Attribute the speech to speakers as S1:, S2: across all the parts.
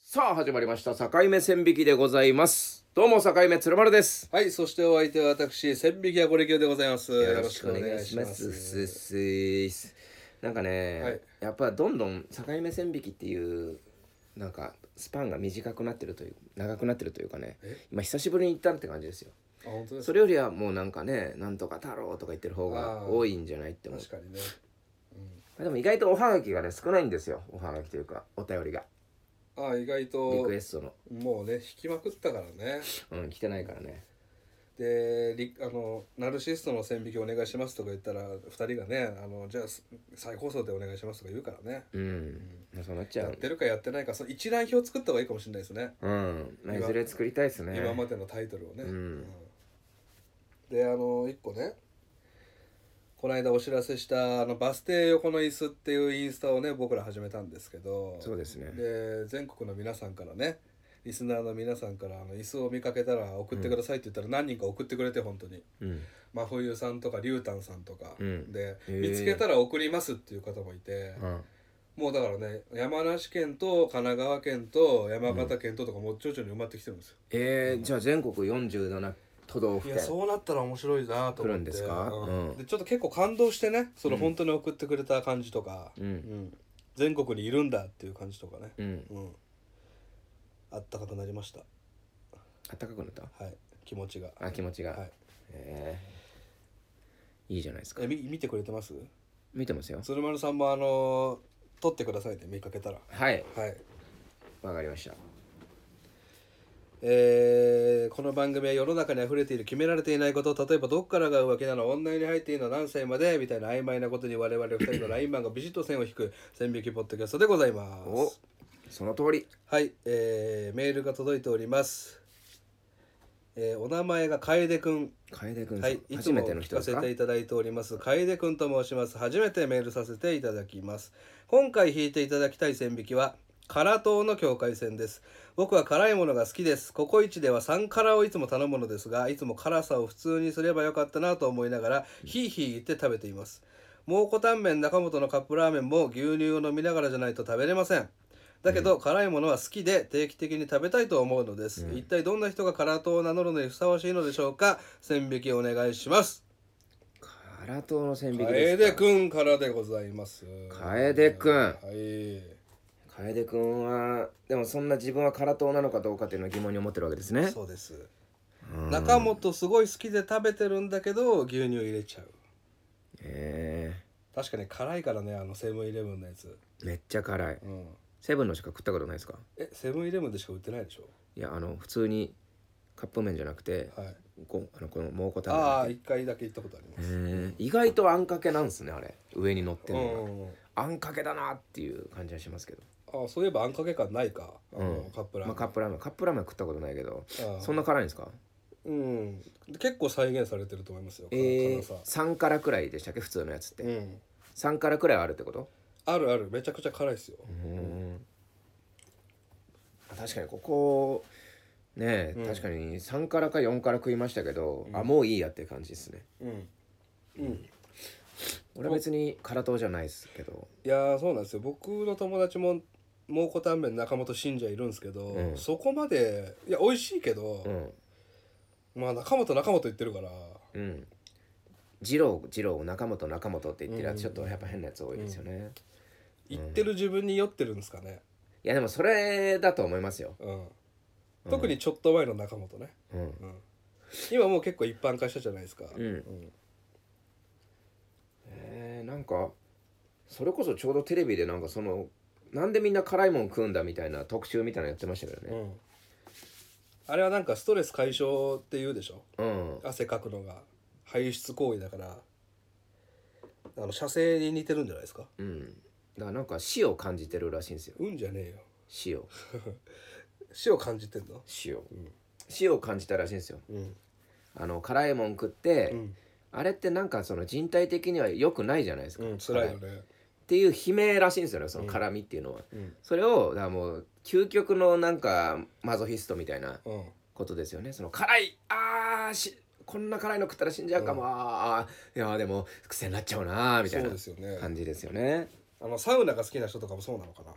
S1: さあ始まりました境目線引きでございますどうも境目鶴丸です
S2: はい、そしてお相手は私、千匹やごりきでございます。よ
S1: すっすーすなんかね、
S2: はい
S1: やっぱどんどん境目線引きっていうなんかスパンが短くなってるという長くなってるというかね
S2: え
S1: 今久しぶりに行ったって感じですよ
S2: あ、本当です
S1: そ
S2: か
S1: れよりはもうなんかねなんとか太郎とか言ってる方が多いんじゃないって思う
S2: 確かにね。
S1: でも意外とおはがきがね少ないんですよおはがきというかお便りが
S2: うん、あ、意外
S1: リ
S2: と
S1: クエ、ストの
S2: もうね、引きまくったからね。
S1: うん来てないからね
S2: で、りあの、ナルシストの線引きお願いしますとか言ったら、二人がね、あの、じゃあ、す再放送でお願いしますとか言うからね。
S1: うん、そうなっちゃ
S2: やっ
S1: う
S2: てるかやってないか、その一覧表作った方がいいかもしれないですね。
S1: うん、まあ、いずれ作りたいですね
S2: 今までのタイトルをね、
S1: うん
S2: であの一個ねこの間お知らせしたあのバス停横の椅子っていうインスタをね僕ら始めたんですけど
S1: そうですね
S2: で全国の皆さんからねリスナーの皆さんからあの椅子を見かけたら送ってくださいって言ったら何人か送ってくれて本当に
S1: うん
S2: 真冬さんとか龍丹さんとか、
S1: うん
S2: で
S1: へー
S2: 見つけたら送りますっていう方もいて、
S1: うん
S2: もうだからね山梨県と神奈川県と山形県ととかもう徐々に埋まってきてるんですよ。
S1: えー、じゃあ全国47都道
S2: い
S1: 府
S2: や
S1: 県
S2: そうなったら面白いなと思って
S1: 来るんですか
S2: うん
S1: うん
S2: でちょっと結構感動してねその本当に送ってくれた感じとか、
S1: うん
S2: ん全国にいるんだっていう感じとかね、
S1: うん
S2: うんあったかくなりました
S1: あったかくなった
S2: はい気持ちが
S1: あ気持ちが、
S2: はい
S1: えーいいじゃないですか
S2: えみ見てくれてます
S1: 見てますよ
S2: 鶴丸さんもあのー撮ってくださいね見かけたら
S1: はい
S2: はい
S1: わかりました
S2: えーこの番組は世の中に溢れている決められていないこと例えばどっからが浮気なの女湯に入っていいの何歳までみたいな曖昧なことに我々2人のラインマンがビシッと線を引く線引きポッドキャストでございま
S1: お
S2: す
S1: その通り
S2: はい、えーメールが届いております、えーお名前が楓くん
S1: 楓君さん、
S2: はい、いつ
S1: 初
S2: も
S1: めての
S2: 聞
S1: 人
S2: か
S1: です
S2: せ
S1: か
S2: ていただいております楓くんと申します初めてメールさせていただきます今回引いていただきたい線引きは辛党の境界線です僕は辛いものが好きですココイチでは3辛をいつも頼むのですがいつも辛さを普通にすればよかったなと思いながらヒーヒー言って食べています蒙古タンメン中本のカップラーメンも牛乳を飲みながらじゃないと食べれませんだけど、辛いものは好きで定期的に食べたいと思うのです、一体どんな人が辛党を名乗るのにふさわしいのでしょうか線引きお願いします
S1: 唐党の線引きで
S2: 楓
S1: すか
S2: くんからでございます
S1: 楓くん
S2: はい
S1: 楓君はでもそんな自分は唐党なのかどうかっていうのは疑問に思ってるわけですね
S2: そうです
S1: うん
S2: 中本すごい好きで食べてるんだけど牛乳入れちゃう
S1: え
S2: 確かに辛いからねあのセブンイレブンのやつ
S1: ー、めっちゃ辛い
S2: うん
S1: セブンのしか食ったことないですか
S2: えセブンイレブンでしか売ってないでしょ
S1: いやあの普通にカップ麺じゃなくて、
S2: はい
S1: こあのこの蒙古タンメン
S2: ああ一回だけ行ったことあります
S1: へえ意外とあんかけなんですねあれ上に乗って
S2: う
S1: る
S2: ん
S1: のが、
S2: うんうん
S1: あんかけだなっていう感じはしますけど、
S2: ああそういえばあんかけ感ないかあの、カップラー
S1: まあ、
S2: メン
S1: カップラーメンカップラーメンは食ったことないけど
S2: ああ
S1: そんな辛いんですか
S2: うん、結構再現されてると思いますよ、
S1: え
S2: 辛
S1: ー、
S2: さ、
S1: 3辛くらいでしたっけ普通のやつって、
S2: うん、
S1: 3辛くらいあるってこと
S2: あるあるめちゃくちゃ辛いですよ、
S1: うん確かにここねえ、
S2: うん
S1: 確かに3辛か4辛食いましたけど、あもういいやって感じですね
S2: うんうん、
S1: 俺は別に辛党じゃないですけど
S2: いやーそうなんですよ僕の友達も蒙古タンメン中本信者いるんですけど、
S1: うん
S2: そこまでいや美味しいけど
S1: う、ん
S2: まあ中本中本言ってるから
S1: うん二郎二郎中本中本って言ってるや
S2: う
S1: つ
S2: ん
S1: ちょっとやっぱ変なやつ多いですよね、い
S2: 言ってる自分に酔ってるんですかね、
S1: やでもそれだと思いますよ、
S2: うん、特にちょっと前の中本ね、
S1: うん、
S2: うん、今もう結構一般化したじゃないですか、
S1: うん
S2: ん
S1: えー、なんかそれこそちょうどテレビでなんかそのなんでみんな辛いもん食うんだみたいな特集みたいなのやってましたけど
S2: う
S1: ね
S2: ん、あれはなんかストレス解消って言うでしょ
S1: うん
S2: 汗かくのが排出行為だからあの射精に似てるんじゃないですか
S1: うんだからなんか死を感じてるらしいんですよ
S2: うんじゃねえよ
S1: 死を
S2: 死を感じてんの
S1: 死を、死を感じたらしいんですよ
S2: うん
S1: あの辛いもん食って、
S2: うん、
S1: あれってなんかその人体的には良くないじゃないですか、
S2: うん、辛いよね
S1: っていう悲鳴らしいんですよねその辛みっていうのは、
S2: うん
S1: それをだからもう究極のなんかマゾヒストみたいな
S2: うん
S1: ことですよねその辛いあーしこんな辛いの食ったら死んじゃうかも、あーいやーでも癖になっちゃうなーみたい
S2: そ
S1: な
S2: うですよね
S1: 感じですよね
S2: あのサウナが好きな人とかもそうなのかな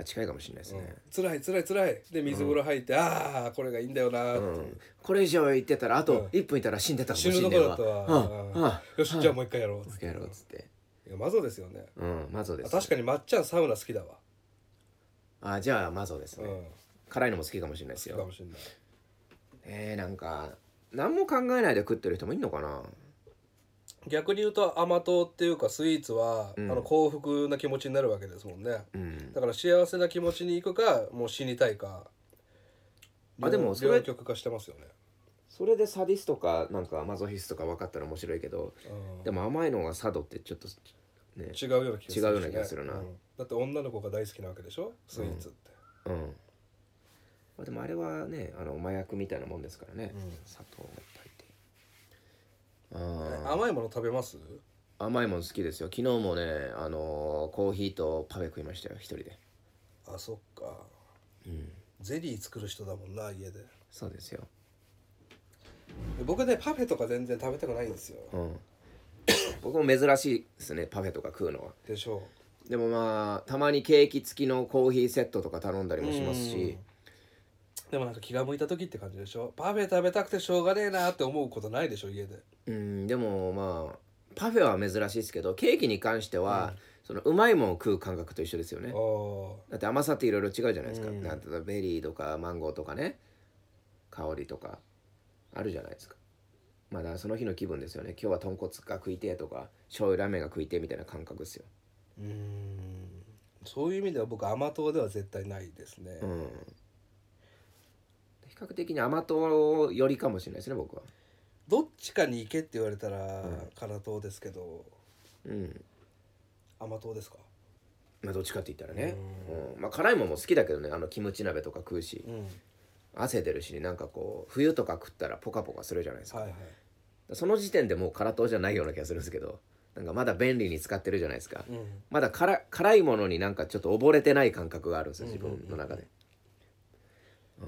S1: あ近いかもしれないですね、
S2: 辛い辛い辛いで水風呂入って、ああこれがいいんだよなー
S1: う
S2: って
S1: んこれ以上言ってたらあと1分いたら死んでたかもし
S2: 死
S1: れ
S2: ぬ
S1: な
S2: と
S1: い
S2: こだ
S1: わ
S2: った
S1: うんうん
S2: わよしじゃあもう一回やろうっつっ
S1: つ
S2: て
S1: けろっつって
S2: いやマゾですよね
S1: うんマゾです
S2: 確かにまっちゃんサウナ好きだわ
S1: あじゃあマゾです
S2: うん
S1: ね辛いのも好きかもしれないです
S2: 好きか
S1: よ
S2: もしれない
S1: えー、なんか何も考えないで食ってる人もいんのかな
S2: 逆に言うと甘党っていうかスイーツは、
S1: うん
S2: あの幸福な気持ちになるわけですもんね
S1: うん
S2: だから幸せな気持ちに行くかもう死にたいか
S1: あでもそれ
S2: 両極化してますよね、
S1: それでサディスとかなんかマゾヒスとか分かったら面白いけど
S2: うん
S1: でも甘いのがサドってちょっとね
S2: 違うような気がするしね
S1: 違うような気がするなん
S2: だって女の子が大好きなわけでしょスイーツって、
S1: うんまあでもあれはねあの麻薬みたいなもんですからね、
S2: うん
S1: 砂糖がいっぱいってあ
S2: 甘いもの食べます
S1: ー甘いもん好きですよ昨日もねあのーコーヒーとパフェ食いましたよ一人で
S2: あそっか
S1: うん
S2: ゼリー作る人だもんな家でで
S1: そうですよ
S2: 僕ねパフェとか全然食べたくないんですよ
S1: うん 僕も珍しいですねパフェとか食うのは
S2: でしょ
S1: でもまあたまにケーキ付きのコーヒーセットとか頼んだり
S2: う
S1: もしますし
S2: うんでもなんか気が向いた時って感じでしょパフェ食べたくてしょうがねえなって思うことないでしょ家で
S1: うんでもまあパフェは珍しいですけどケーキに関しては、そのうまいもんを食う感覚と一緒ですよね
S2: あー
S1: だって甘さっていろいろ違うじゃないですか、
S2: うん
S1: なんていうのベリーとかマンゴーとかね香りとかあるじゃないですかまあだからその日の気分ですよね今日は豚骨が食いてえとか醤油ラーメンが食いてえみたいな感覚ですよ
S2: うーんそういう意味では僕甘党では絶対ないですね、
S1: うん比較的に甘党よりかもしれないですね僕は
S2: どっちかに行けって言われたら
S1: ん
S2: 辛党ですけど
S1: うん
S2: 甘党ですか
S1: まあどっちかって言ったらね、うんまあ辛いもんも好きだけどねあのキムチ鍋とか食うし
S2: うん
S1: 汗出るしなんかこう冬とか食ったらポカポカするじゃないですか
S2: はいはい
S1: その時点でもう辛党じゃないような気がするんですけどなんかまだ便利に使ってるじゃないですか、
S2: うん
S1: まだ辛辛いものになんかちょっと溺れてない感覚があるんですよ自分の中で、
S2: で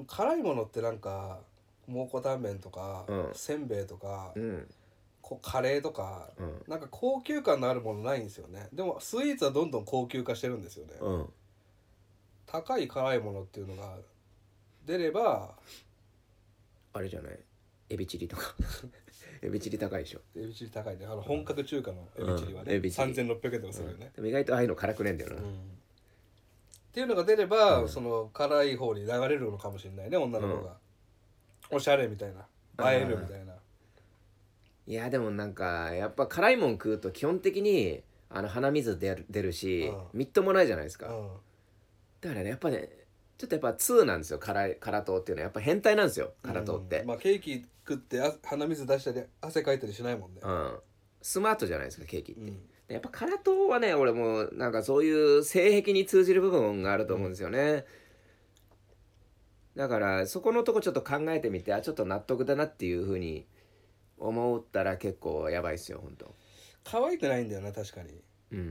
S2: も辛いものってなんか蒙古タンメンとか、
S1: うん
S2: せんべいとか、
S1: うん
S2: こうカレーとか、
S1: うん
S2: なんか高級感のあるものないんですよねでもスイーツはどんどん高級化してるんですよね、
S1: うん
S2: 高い辛いものっていうのが出れば
S1: あれじゃないエビチリと かエビチリ高いでしょ
S2: エビチリ高いねあの本格中華のエビチリはね、
S1: うんエビチリ
S2: 3600円とかするよね、
S1: でも意外とああいうの辛くねえんだよな、
S2: うんっていうのが出れば、その辛い方に流れるのかもしれないね女の子が、おしゃれみたいな映えるみたいな、
S1: いやでもなんかやっぱ辛いもん食うと基本的にあの鼻水出る出るし、
S2: う
S1: みっともないじゃないですか、
S2: うん
S1: だからねやっぱねちょっとやっぱ2なんですよ辛い辛党っていうのはやっぱ変態なんですよ辛党って、
S2: うんまあケーキ食ってあ鼻水出したり汗かいたりしないもんね
S1: うん、スマートじゃないですかケーキって、
S2: うん
S1: でやっぱ辛党はね俺もうなんかそういう性癖に通じる部分があると思うんですよね、だからそこのとこちょっと考えてみてあちょっと納得だなっていうふうに思ったら結構やばいっすよほんと
S2: 可愛くないんだよな確かに、
S1: うん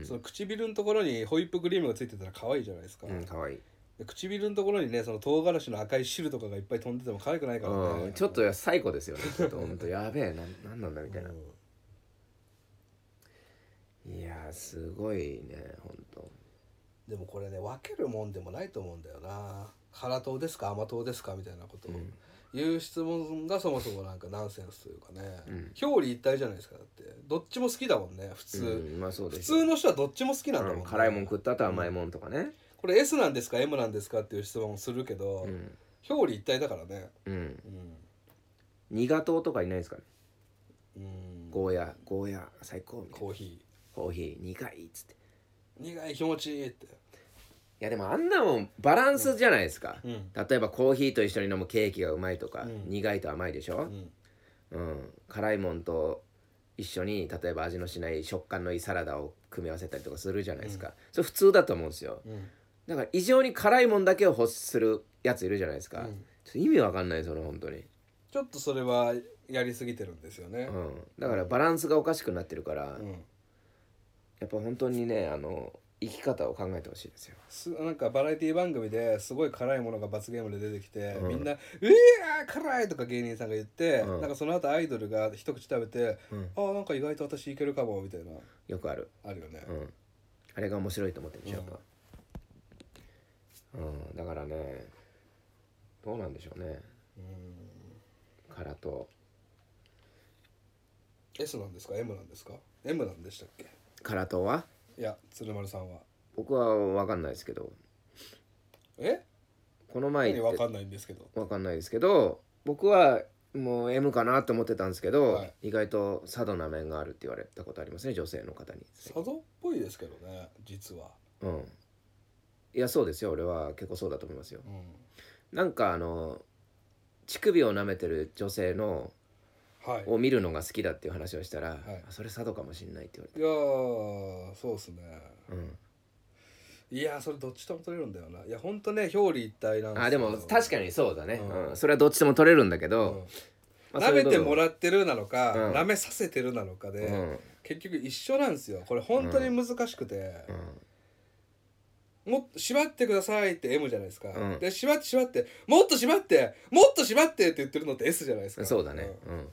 S2: その唇のところにホイップクリームがついてたら可愛いじゃないですか、
S1: うんかわいい、
S2: で唇のところにねその唐辛子の赤い汁とかがいっぱい飛んでても可愛くないからね、
S1: うん、ちょっと最高ですよねちょっとほんとやべえなんなんなんだみたいな、いやーすごいねほんと
S2: でもこれね分けるもんでもないと思うんだよな辛党ですか甘党ですかみたいなことを言う質問がそもそもなんかナンセンスというかね、
S1: うん
S2: 表裏一体じゃないですかだってどっちも好きだもんね普通、
S1: うんまあそう
S2: 普
S1: ですよ
S2: 通の人はどっちも好きなんだもん、
S1: う
S2: ね
S1: ん辛いもん食った後甘いもんとかね
S2: これ S なんですか M なんですかっていう質問をするけど、
S1: うん、
S2: 表裏一体だからね
S1: うん、
S2: うん、
S1: 苦党とかいないですかね
S2: うん、
S1: ゴーヤゴーヤ最高みたいな
S2: コーヒ
S1: コーヒー苦いっつってい
S2: ー苦い気持ちいいって
S1: やでもあんなもんバランスじゃないですか、
S2: うん
S1: 例えばコーヒーと一緒に飲むケーキがうまいとか、
S2: うん
S1: 苦いと甘いでし
S2: う
S1: ょ、
S2: ん
S1: うん辛いもんと一緒に例えば味のしない食感のいいサラダを組み合わせたりとかするじゃないですか、それ普通だと思うんですよ
S2: うん
S1: だから異常に辛いもんだけを欲するやついるじゃないですか、
S2: うん
S1: ちょっと意味わかんないその本当に
S2: ちょっとそれはやりすぎてるんですよね
S1: う、んだからバランスがおかしくなってるから、
S2: うん
S1: やっぱ本当にねあの生き方を考えてほしいですよ
S2: すなんかバラエティ番組ですごい辛いものが罰ゲームで出てきて、みんな「うわー辛い!」とか芸人さんが言って、
S1: うん
S2: なんかその後アイドルが一口食べて「
S1: うん
S2: あーなんか意外と私いけるかも」みたいな
S1: よくある
S2: あるよね
S1: う、ん、あれが面白いと思ってるでしょ、やっぱうん、だからねどうなんでしょうねからと
S2: S なんですか M なんですか M なんでしたっけ
S1: からとはい
S2: や鶴丸さんは
S1: 僕は分かんないですけど
S2: え
S1: この前
S2: 何
S1: 言っ
S2: わ
S1: て
S2: かんないんですけど
S1: 分かんないですけど僕はもう M かなと思ってたんですけど、
S2: はい
S1: 意外と佐渡な面があるって言われたことありますね女性の方に、
S2: 佐渡っぽいですけどね実は、
S1: うん、いやそうですよ俺は結構そうだと思いますよ
S2: うん、
S1: なんかあの乳首を舐めてる女性の
S2: はい
S1: を見るのが好きだっていう話をしたら、
S2: い
S1: あそれ佐渡かもしんないって言わ
S2: いやーそうっすね
S1: れて、
S2: いやーそれどっちとも取れるんだよないやほんとね表裏一体なん
S1: うん、あでも確か
S2: に、
S1: にそうだね、
S2: うん
S1: うんそれはどっちでも取れるんだけ
S2: う
S1: ど、
S2: ん
S1: まあ
S2: 舐めても
S1: う
S2: らってるなのか、
S1: うん
S2: 舐めさせてるなのかで、
S1: そういう部分、
S2: 結局一緒なんですよこれ本当に難しくて、もっと縛ってくださいって M じゃないですか、
S1: うん
S2: で縛って縛ってもっと縛ってもっと縛ってって言ってるのって S じゃないです
S1: う
S2: か
S1: ん、そうだね、うん、
S2: うん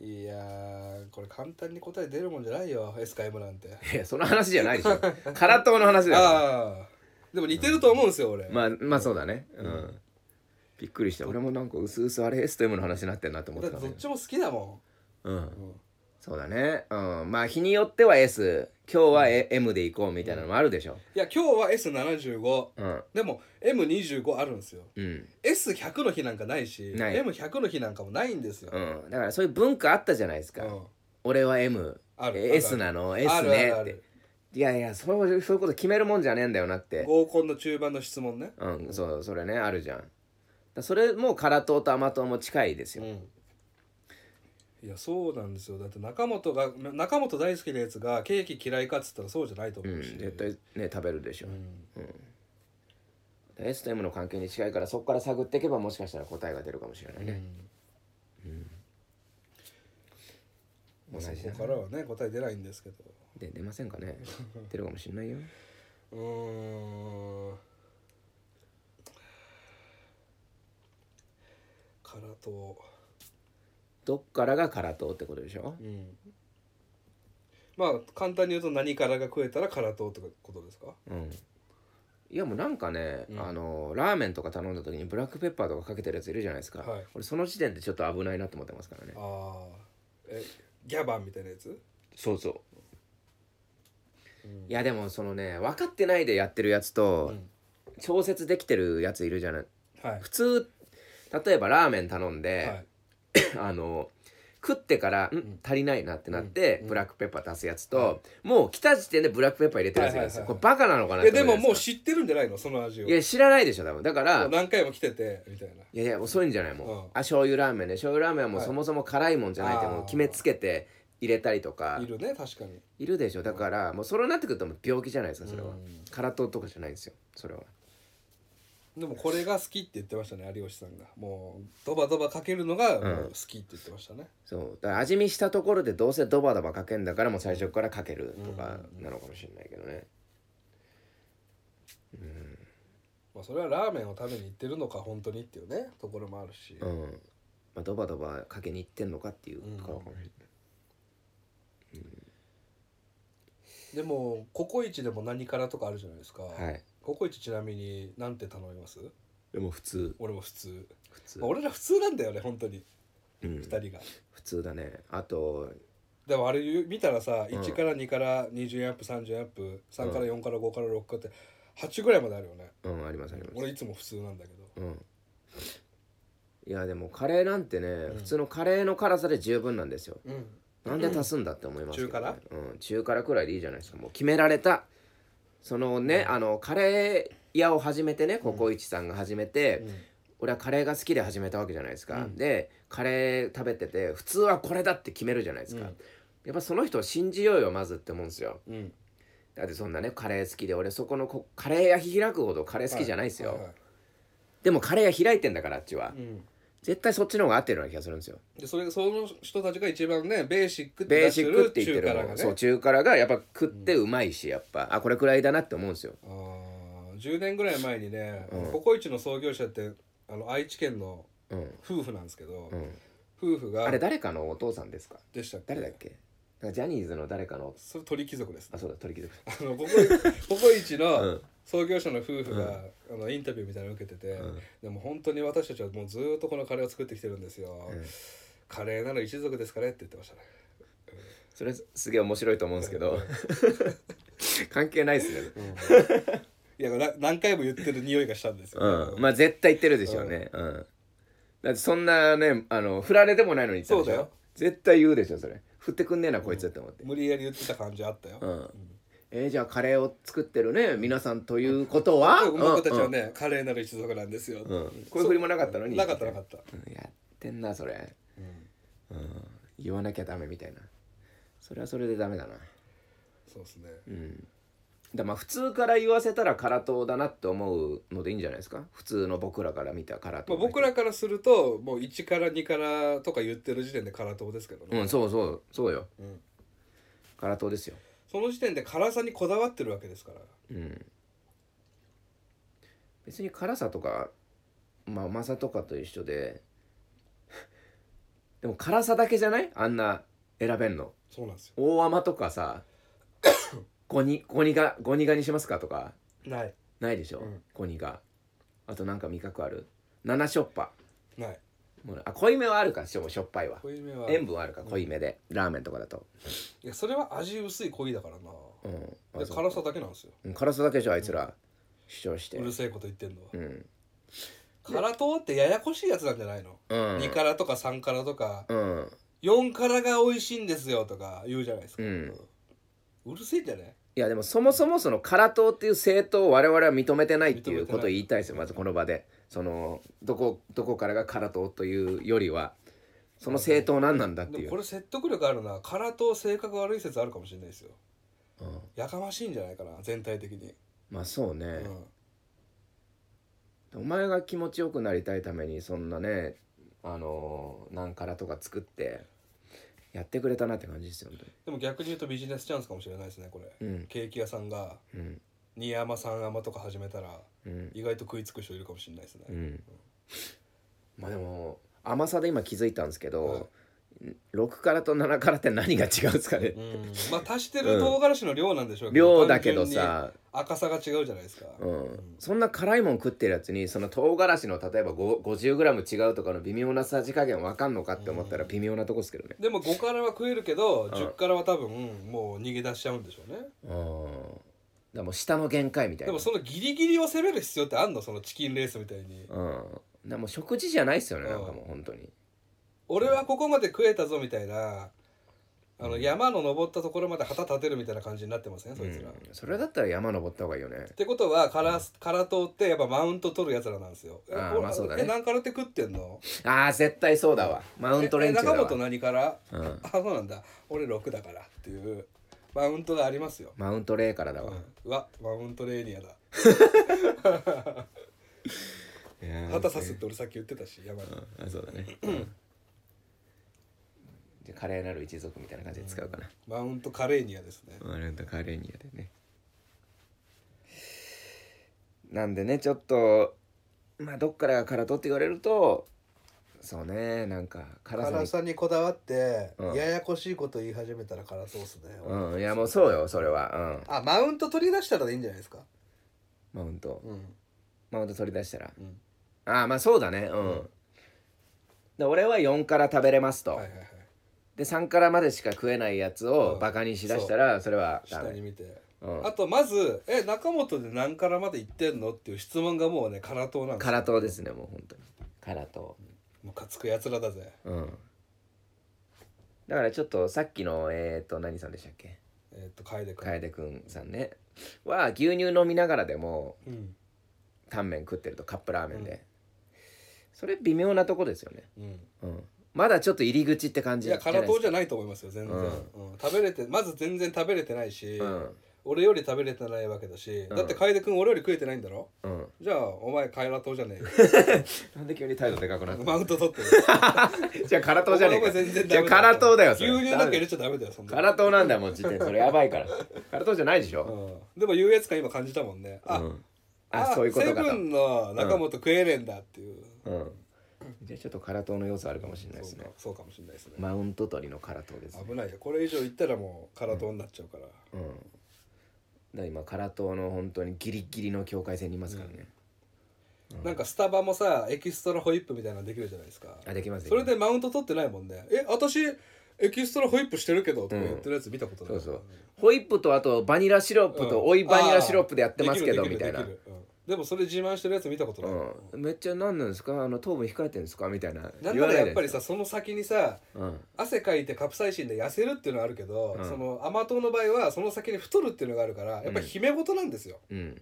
S2: いやーこれ簡単に答え出るもんじゃないよ S か M なんて
S1: いやその話じゃないでしょ空党の話だよ
S2: ああでも似てると思うんですよ、俺、
S1: まあまあそうだねうん、びっくりした俺もなんか薄々あれ S と M の話になってんなと思っ
S2: だ
S1: て
S2: って
S1: たん
S2: ど
S1: だ
S2: っ
S1: けど
S2: ちも好きだも、
S1: うんん
S2: うん
S1: そうだねうんまあ日によっては S 今日は A- M で行こうみたいなのもあるでしょ
S2: いや今日は S75
S1: うん
S2: でも M25 あるんですよ
S1: うん
S2: S100 の日なんかないし
S1: ない
S2: M100 の日なんかもないんですよ、
S1: うん、だからそういう文化あったじゃないですか、
S2: うん
S1: 俺は M
S2: ある
S1: え
S2: ある
S1: S なの S
S2: あるあ
S1: ね
S2: るあ
S1: って
S2: る
S1: いやいやそういうそういうこと決めるもんじゃねえんだよなって
S2: 合コンの中盤の質問ね
S1: うん、そう、それね、あるじゃん。だそれも空党と甘党も近いですよ。
S2: いやそうなんですよだって中本がな中本大好きなやつがケーキ嫌いかっつったらそうじゃないと
S1: う
S2: 思
S1: ん、
S2: うし、
S1: 絶対ね、食べるでしょ。
S2: うん
S1: で S と M の関係に近いから、そこから探っていけば、もしかしたら答えが出るかもしれないね。
S2: まあ
S1: 同じ
S2: そ
S1: だ
S2: こからはね答え出ないんですけど
S1: で、出ませんか ね。出るかもしれないよ。
S2: うーんからと
S1: どっからが空党ってことでしょ
S2: うんまあ簡単に言うと何からが食えたらからとってことですか
S1: うん。いやもうなんかね、
S2: うん
S1: あのラーメンとか頼んだ時にブラックペッパーとかかけてるやついるじゃないですか、
S2: はい
S1: 俺その時点でちょっと危ないなと思ってますからね
S2: ああえギャバンみたいなやつ
S1: そうそう
S2: うん
S1: いやでもそのね分かってないでやってるやつと、調節できてるやついるじゃない
S2: はい
S1: 普通例えばラーメン頼んで、
S2: はい
S1: あの食ってから「ん足りないな」ってなって、
S2: うん
S1: ブラックペッパー足すやつと、もう来た時点でブラックペッパー入れてるやついるんですよ、
S2: はいはいはい
S1: これバカなのかなっ
S2: え
S1: て
S2: で
S1: 思
S2: も
S1: うじゃな
S2: もう
S1: いですか
S2: 知ってるんじゃないのその味を
S1: いや知らないでしょ多分だから
S2: もう何回も来ててみたいない
S1: やいや遅いんじゃないもう、
S2: うん
S1: あ醤油ラーメンね醤油ラーメンはもう
S2: はい
S1: そもそも辛いもんじゃないって
S2: あー
S1: もう決めつけて入れたりとか
S2: いるね確かに
S1: いるでしょだからもうそれになってくるともう病気じゃないですかそれは、
S2: うん
S1: 辛党とかじゃないんですよそれは
S2: でもこれが好きって言ってましたね有吉さんがもうドバドバかけるのが
S1: ん
S2: もう好きって言ってましたね、
S1: そうだから味見したところでどうせドバドバかけんだからもう最初からかけるとかなのかもしれないけどね
S2: まあ、それはラーメンを食べに行ってるのか本当にっていうねところもあるし、
S1: うん、まあ、ドバドバかけに行ってんのかっていうところかもしれない、
S2: でもココイチでも何からとかあるじゃないですか、
S1: はい
S2: ココイチちなみに何て頼みます
S1: でも普通
S2: 俺も普通、
S1: 普通、
S2: まあ、俺ら普通なんだよね本当に
S1: うん
S2: 2、人が
S1: 普通だねあと
S2: でもあれ見たらさ1から2から20アップ30アップ3から4から5から6からって8ぐらいまであるよね
S1: うんありますあります
S2: 俺いつも普通なんだけど
S1: うんいやでもカレーなんてね、普通のカレーの辛さで十分なんですよ
S2: うん
S1: なんで足すんだって思いますけど、ね
S2: 中
S1: うん、中辛くらいでいいじゃないですかもう決められたそのね、あのカレー屋を始めてねココイチさんが始めて、俺はカレーが好きで始めたわけじゃないですか、でカレー食べてて普通はこれだって決めるじゃないですか、
S2: うん
S1: やっぱその人を信じようよまずって思うんですよ
S2: うん
S1: だってそんなねカレー好きで俺そこのこカレー屋開くほどカレー好きじゃないですよ、
S2: はいはい
S1: でもカレー屋開いてんだからあっちは、
S2: うん
S1: 絶対そっちの方が合ってるような気がするんですよ
S2: でそれその人たちが一番ねベーシックって
S1: ベー
S2: 出
S1: シ
S2: して
S1: ックっ
S2: る
S1: て言って
S2: 中
S1: る
S2: 辛
S1: も
S2: が
S1: ん
S2: ね
S1: そう中辛がやっぱ食ってうまいしやっぱあこれくらいだなって思うんですよ
S2: あー10年ぐらい前にね、ココイチの創業者ってあの愛知県の
S1: うん
S2: 夫婦なんですけど、
S1: うん
S2: 夫婦が
S1: あれ誰かのお父さんですか
S2: でしたっけ
S1: 誰だっけなんかジャニーズの誰かの
S2: それ鳥貴族です
S1: あそうだ鳥貴族
S2: あのココイココイチの、
S1: うん
S2: 創業者の夫婦が、あのインタビューみたいなの受けてて、
S1: うん
S2: でも本当に私たちはもうずーっとこのカレーを作ってきてるんですよ、
S1: うん
S2: カレーなら一族ですからって言ってましたね
S1: それすげえ面白いと思うんですけ ど関係ないですね、
S2: いやな何回も言ってる匂いがしたんですよ、
S1: うん、まあ絶対言ってるでしょうね、うんだってそんなねあの振られてもないのに言ってたでしょ
S2: そうだよ
S1: 絶対言うでしょそれ振ってくんねえなこいつって思って、
S2: 無理やり言ってた感じあったよ、
S1: うんえーじゃあカレーを作ってるね皆さんということは、うん
S2: 僕たちはね、カレーなる一族なんですよ、
S1: うんうんこういう振りもなかったのに
S2: なかったなかった、
S1: うんやってんなそれ、うん言わなきゃダメみたいなそれはそれでダメだな
S2: そうですね、
S1: うんだまあ普通から言わせたら辛党だなって思うのでいいんじゃないですか普通の僕らから見た辛
S2: ま
S1: 党
S2: あ、僕らからするともう1から2からとか言ってる時点で辛党ですけどね、
S1: うんそうそうそうよ、
S2: ん
S1: 辛党ですよ
S2: その時点で辛さにこだわってるわけですから
S1: うん別に辛さとかまあ甘さとかと一緒で でも辛さだけじゃないあんな選べんの
S2: そうなんですよ
S1: 大甘とか さゴニゴニガゴニガにしますかとか
S2: ない
S1: ないでしょ、
S2: うん
S1: ゴニガあとなんか味覚ある七しょっぱ
S2: ない
S1: もうあ濃いめはあるかしょしょっぱいは
S2: 濃いめは
S1: 塩分はあるか濃いめで、ラーメンとかだと、
S2: いやそれは味薄い濃いだからな
S1: うん
S2: で
S1: あそう
S2: 辛さだけなんですよ
S1: うん辛さだけでしょあいつら主張して
S2: うるせえこと言ってんのは、
S1: うん
S2: 辛党ってややこしいやつなんじゃないの、
S1: うん
S2: 2辛とか3辛とか
S1: うん
S2: 4辛が美味しいんですよとか言うじゃないですか、
S1: うん
S2: うるせえんじゃね
S1: いやでもそもそもその辛党っていう政党を我々は認めてないっていうことを
S2: 認めてない
S1: 言いたいですよまずこの場でそのどこどこからが辛党というよりはその政党何なんだって
S2: で
S1: い
S2: も
S1: う
S2: これ説得力あるな辛党性格悪い説あるかもしれないですよ
S1: うん
S2: やかましいんじゃないかな全体的に、
S1: まあそう
S2: う
S1: ね、
S2: ん、
S1: お前が気持ちよくなりたいためにそんなねあのー、何からとか作ってやってくれたなって感じですよ本
S2: でも逆に言うとビジネスチャンスかもしれないですねこれ、
S1: 当にうん
S2: ケーキ屋さんが
S1: うん
S2: 2山3山とか始めたら
S1: うん
S2: 意外と食いつく人いるかもしれないですね、
S1: うんまあでも甘さで今気づいたんですけ
S2: はい
S1: ど、六6からと7からって何が違うんですかね、
S2: うんまあ足してる唐辛子の量なんでしょうけど、
S1: 量だけどさ
S2: 単純に赤さが違うじゃないですか、
S1: うん、そんな辛いもん食ってるやつにその唐辛子の例えば 50g 違うとかの微妙なさじ加減わかんのかって思ったら微妙なとこですけどね、
S2: でも5からは食えるけど10からは多分もう逃げ出しちゃうんでしょうね
S1: うん、でもう下の限界みたい
S2: で
S1: な
S2: もそのギリギリを攻める必要ってあんのそのチキンレースみたいに
S1: うん、でもう食事じゃないっすよね
S2: うん
S1: なんかもう本当に
S2: 俺はここまで食えたぞみたいなあの山の登ったところまで旗立てるみたいな感じになってますねそいつら、
S1: うん
S2: っ
S1: それだったら山登った方がいいよね
S2: てことはカラスカラトってやっぱマウント取るやつらなんですよ。
S1: あー
S2: えこ
S1: まあそうだね
S2: え何からって食ってんの？
S1: あー絶対そうだわマウントレンチ
S2: え
S1: だ
S2: 中本
S1: わ
S2: 何から？
S1: うん
S2: あそうなんだ。俺6だからっていうマウントがありますよ。
S1: マウントレーからだ
S2: う
S1: わ、
S2: んうわマウントレーニアだ。
S1: いやー
S2: 旗さすって俺さっき言ってたし山に。
S1: うんあそうだねで華麗なる一族みたいな感じで使うかな、
S2: マウントカレーニアですね。
S1: マウントカレーニアでねなんでねちょっとまあどっからが辛党って言われるとそうねなんか辛さ
S2: 辛
S1: に
S2: さにこだわって、
S1: うん
S2: ややこしいこと言い始めたら辛そうっすね、
S1: うんいやもうそうよそれは
S2: あマウント取り出したらいいんじゃないですか
S1: うんマウント
S2: うん
S1: マウント取り出したら
S2: うん
S1: ああまあそうだねうん、で俺は4から食べれますと、
S2: はいはいはい
S1: で3からまでしか食えないやつ
S2: う
S1: を
S2: ん
S1: バカにしだしたらそれはダ
S2: 下に
S1: メ、
S2: 見て、
S1: うん、
S2: あとまず「え中本で何からまで行ってんの?」っていう質問がもうね辛党なんですよ
S1: 辛党ですねもう本当に辛党
S2: ムカつくやつらだぜ、
S1: うんだからちょっとさっきのえっ、と何さんでしたっけ
S2: えー、っと楓君、
S1: 楓くんさんねは牛乳飲みながらでも
S2: うん
S1: タンメン食ってるとカップラーメンで、それ微妙なとこですよね、
S2: うん
S1: うん、まだちょっと入り口って感
S2: い
S1: じ
S2: や
S1: ない
S2: 辛
S1: です
S2: 党
S1: か
S2: じゃないと思いますよ全然、
S1: うん
S2: うん食べれてまず全然食べれてないし、
S1: うん
S2: 俺より食べれてないわけだし、だって楓君俺より食えてないんだろ
S1: うん
S2: じゃあお前辛党じゃね
S1: なんで急に態度でかくな
S2: え
S1: っ
S2: よ
S1: た
S2: マウント取ってる
S1: じゃあ辛党じゃねえ
S2: お前
S1: か
S2: 全然
S1: じ
S2: ダ
S1: ゃ
S2: メ
S1: あ
S2: だよ
S1: 辛党だよそ
S2: 牛
S1: れ
S2: 乳なんか入れちゃダメだよそんな
S1: 辛党なんだよもう時点それやばい から辛党じゃないでし
S2: う
S1: ょ、
S2: んでも優越感今感じたもんね
S1: う
S2: あ、
S1: ん、あそういうことか
S2: セブ
S1: と
S2: ンの中本食えねえんだっていう、
S1: うんじゃあちょっと辛党の要素あるかもしれないです
S2: そう
S1: ね
S2: かそうかもしれないですね、
S1: マウント取りの辛党ですね
S2: 危ないよこれ以上いったらもう空党になっちゃうから、
S1: うんだから今唐島の本当にギリギリの境界線にいますからね、
S2: なんかスタバもさエキストラホイップみたいなのできるじゃないですか
S1: あできます
S2: それでマウント取ってないもんねえ私エキストラホイップしてるけどとか言ってるやつ見たことない、
S1: そうそうホイップとあとバニラシロップと追いバニラシロップでやってますけど
S2: でき
S1: み
S2: る
S1: たいな
S2: できるできるうんでもそれ自慢してるやつ見たことない、
S1: うん、めっちゃ何なんですかあの糖分控えてるんですかみたいな
S2: なん
S1: 言わ
S2: なら
S1: ない
S2: やっ
S1: で
S2: ぱりさその先にさ
S1: うん
S2: 汗かいてカプサイシンで痩せるっていうのはあるけど、その甘党の場合はその先に太るっていうのがあるからやっぱり姫事なんですよ、
S1: うん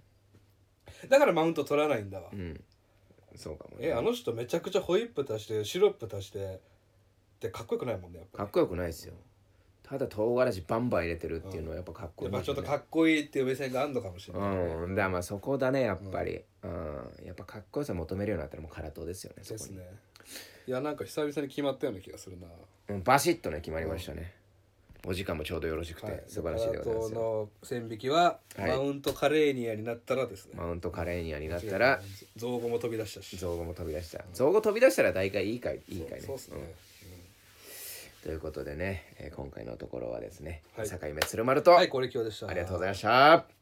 S2: だからマウント取らないんだわ、
S1: うんそうかもね
S2: えあの人めちゃくちゃホイップ足してシロップ足してってかっこよくないもんねやっぱ
S1: か
S2: り
S1: っこよくないですよただ唐辛子バンバン入れてるっていうのはやっぱかっこいい
S2: やっぱ
S1: で
S2: ち
S1: すね、
S2: ょっとかっこいいっていう目線があるのかもしれない、
S1: うんだからまあそこだねやっぱり、うんやっぱかっこよさ求めるようになったらもう空党ですよねそ
S2: で
S1: こ
S2: す
S1: に、
S2: ねいやなんか久々に決まったような気がするな
S1: うん、バシッとね決まりましたね、お時間もちょうどよろしくて、
S2: はい
S1: 素晴らしいでございます
S2: カラ
S1: よ
S2: トの線引きは、
S1: はい
S2: マウントカレーニアになったらですね
S1: マウントカレーニアになったら
S2: 造語も飛び出したし
S1: 造語も飛び出した造語飛び出したら大概いい回いい回ね
S2: そうですね、
S1: んということでね、えー今回のところはですね、
S2: はい
S1: 坂井目鶴丸と、
S2: はいこれ今日でした
S1: ありがとうございました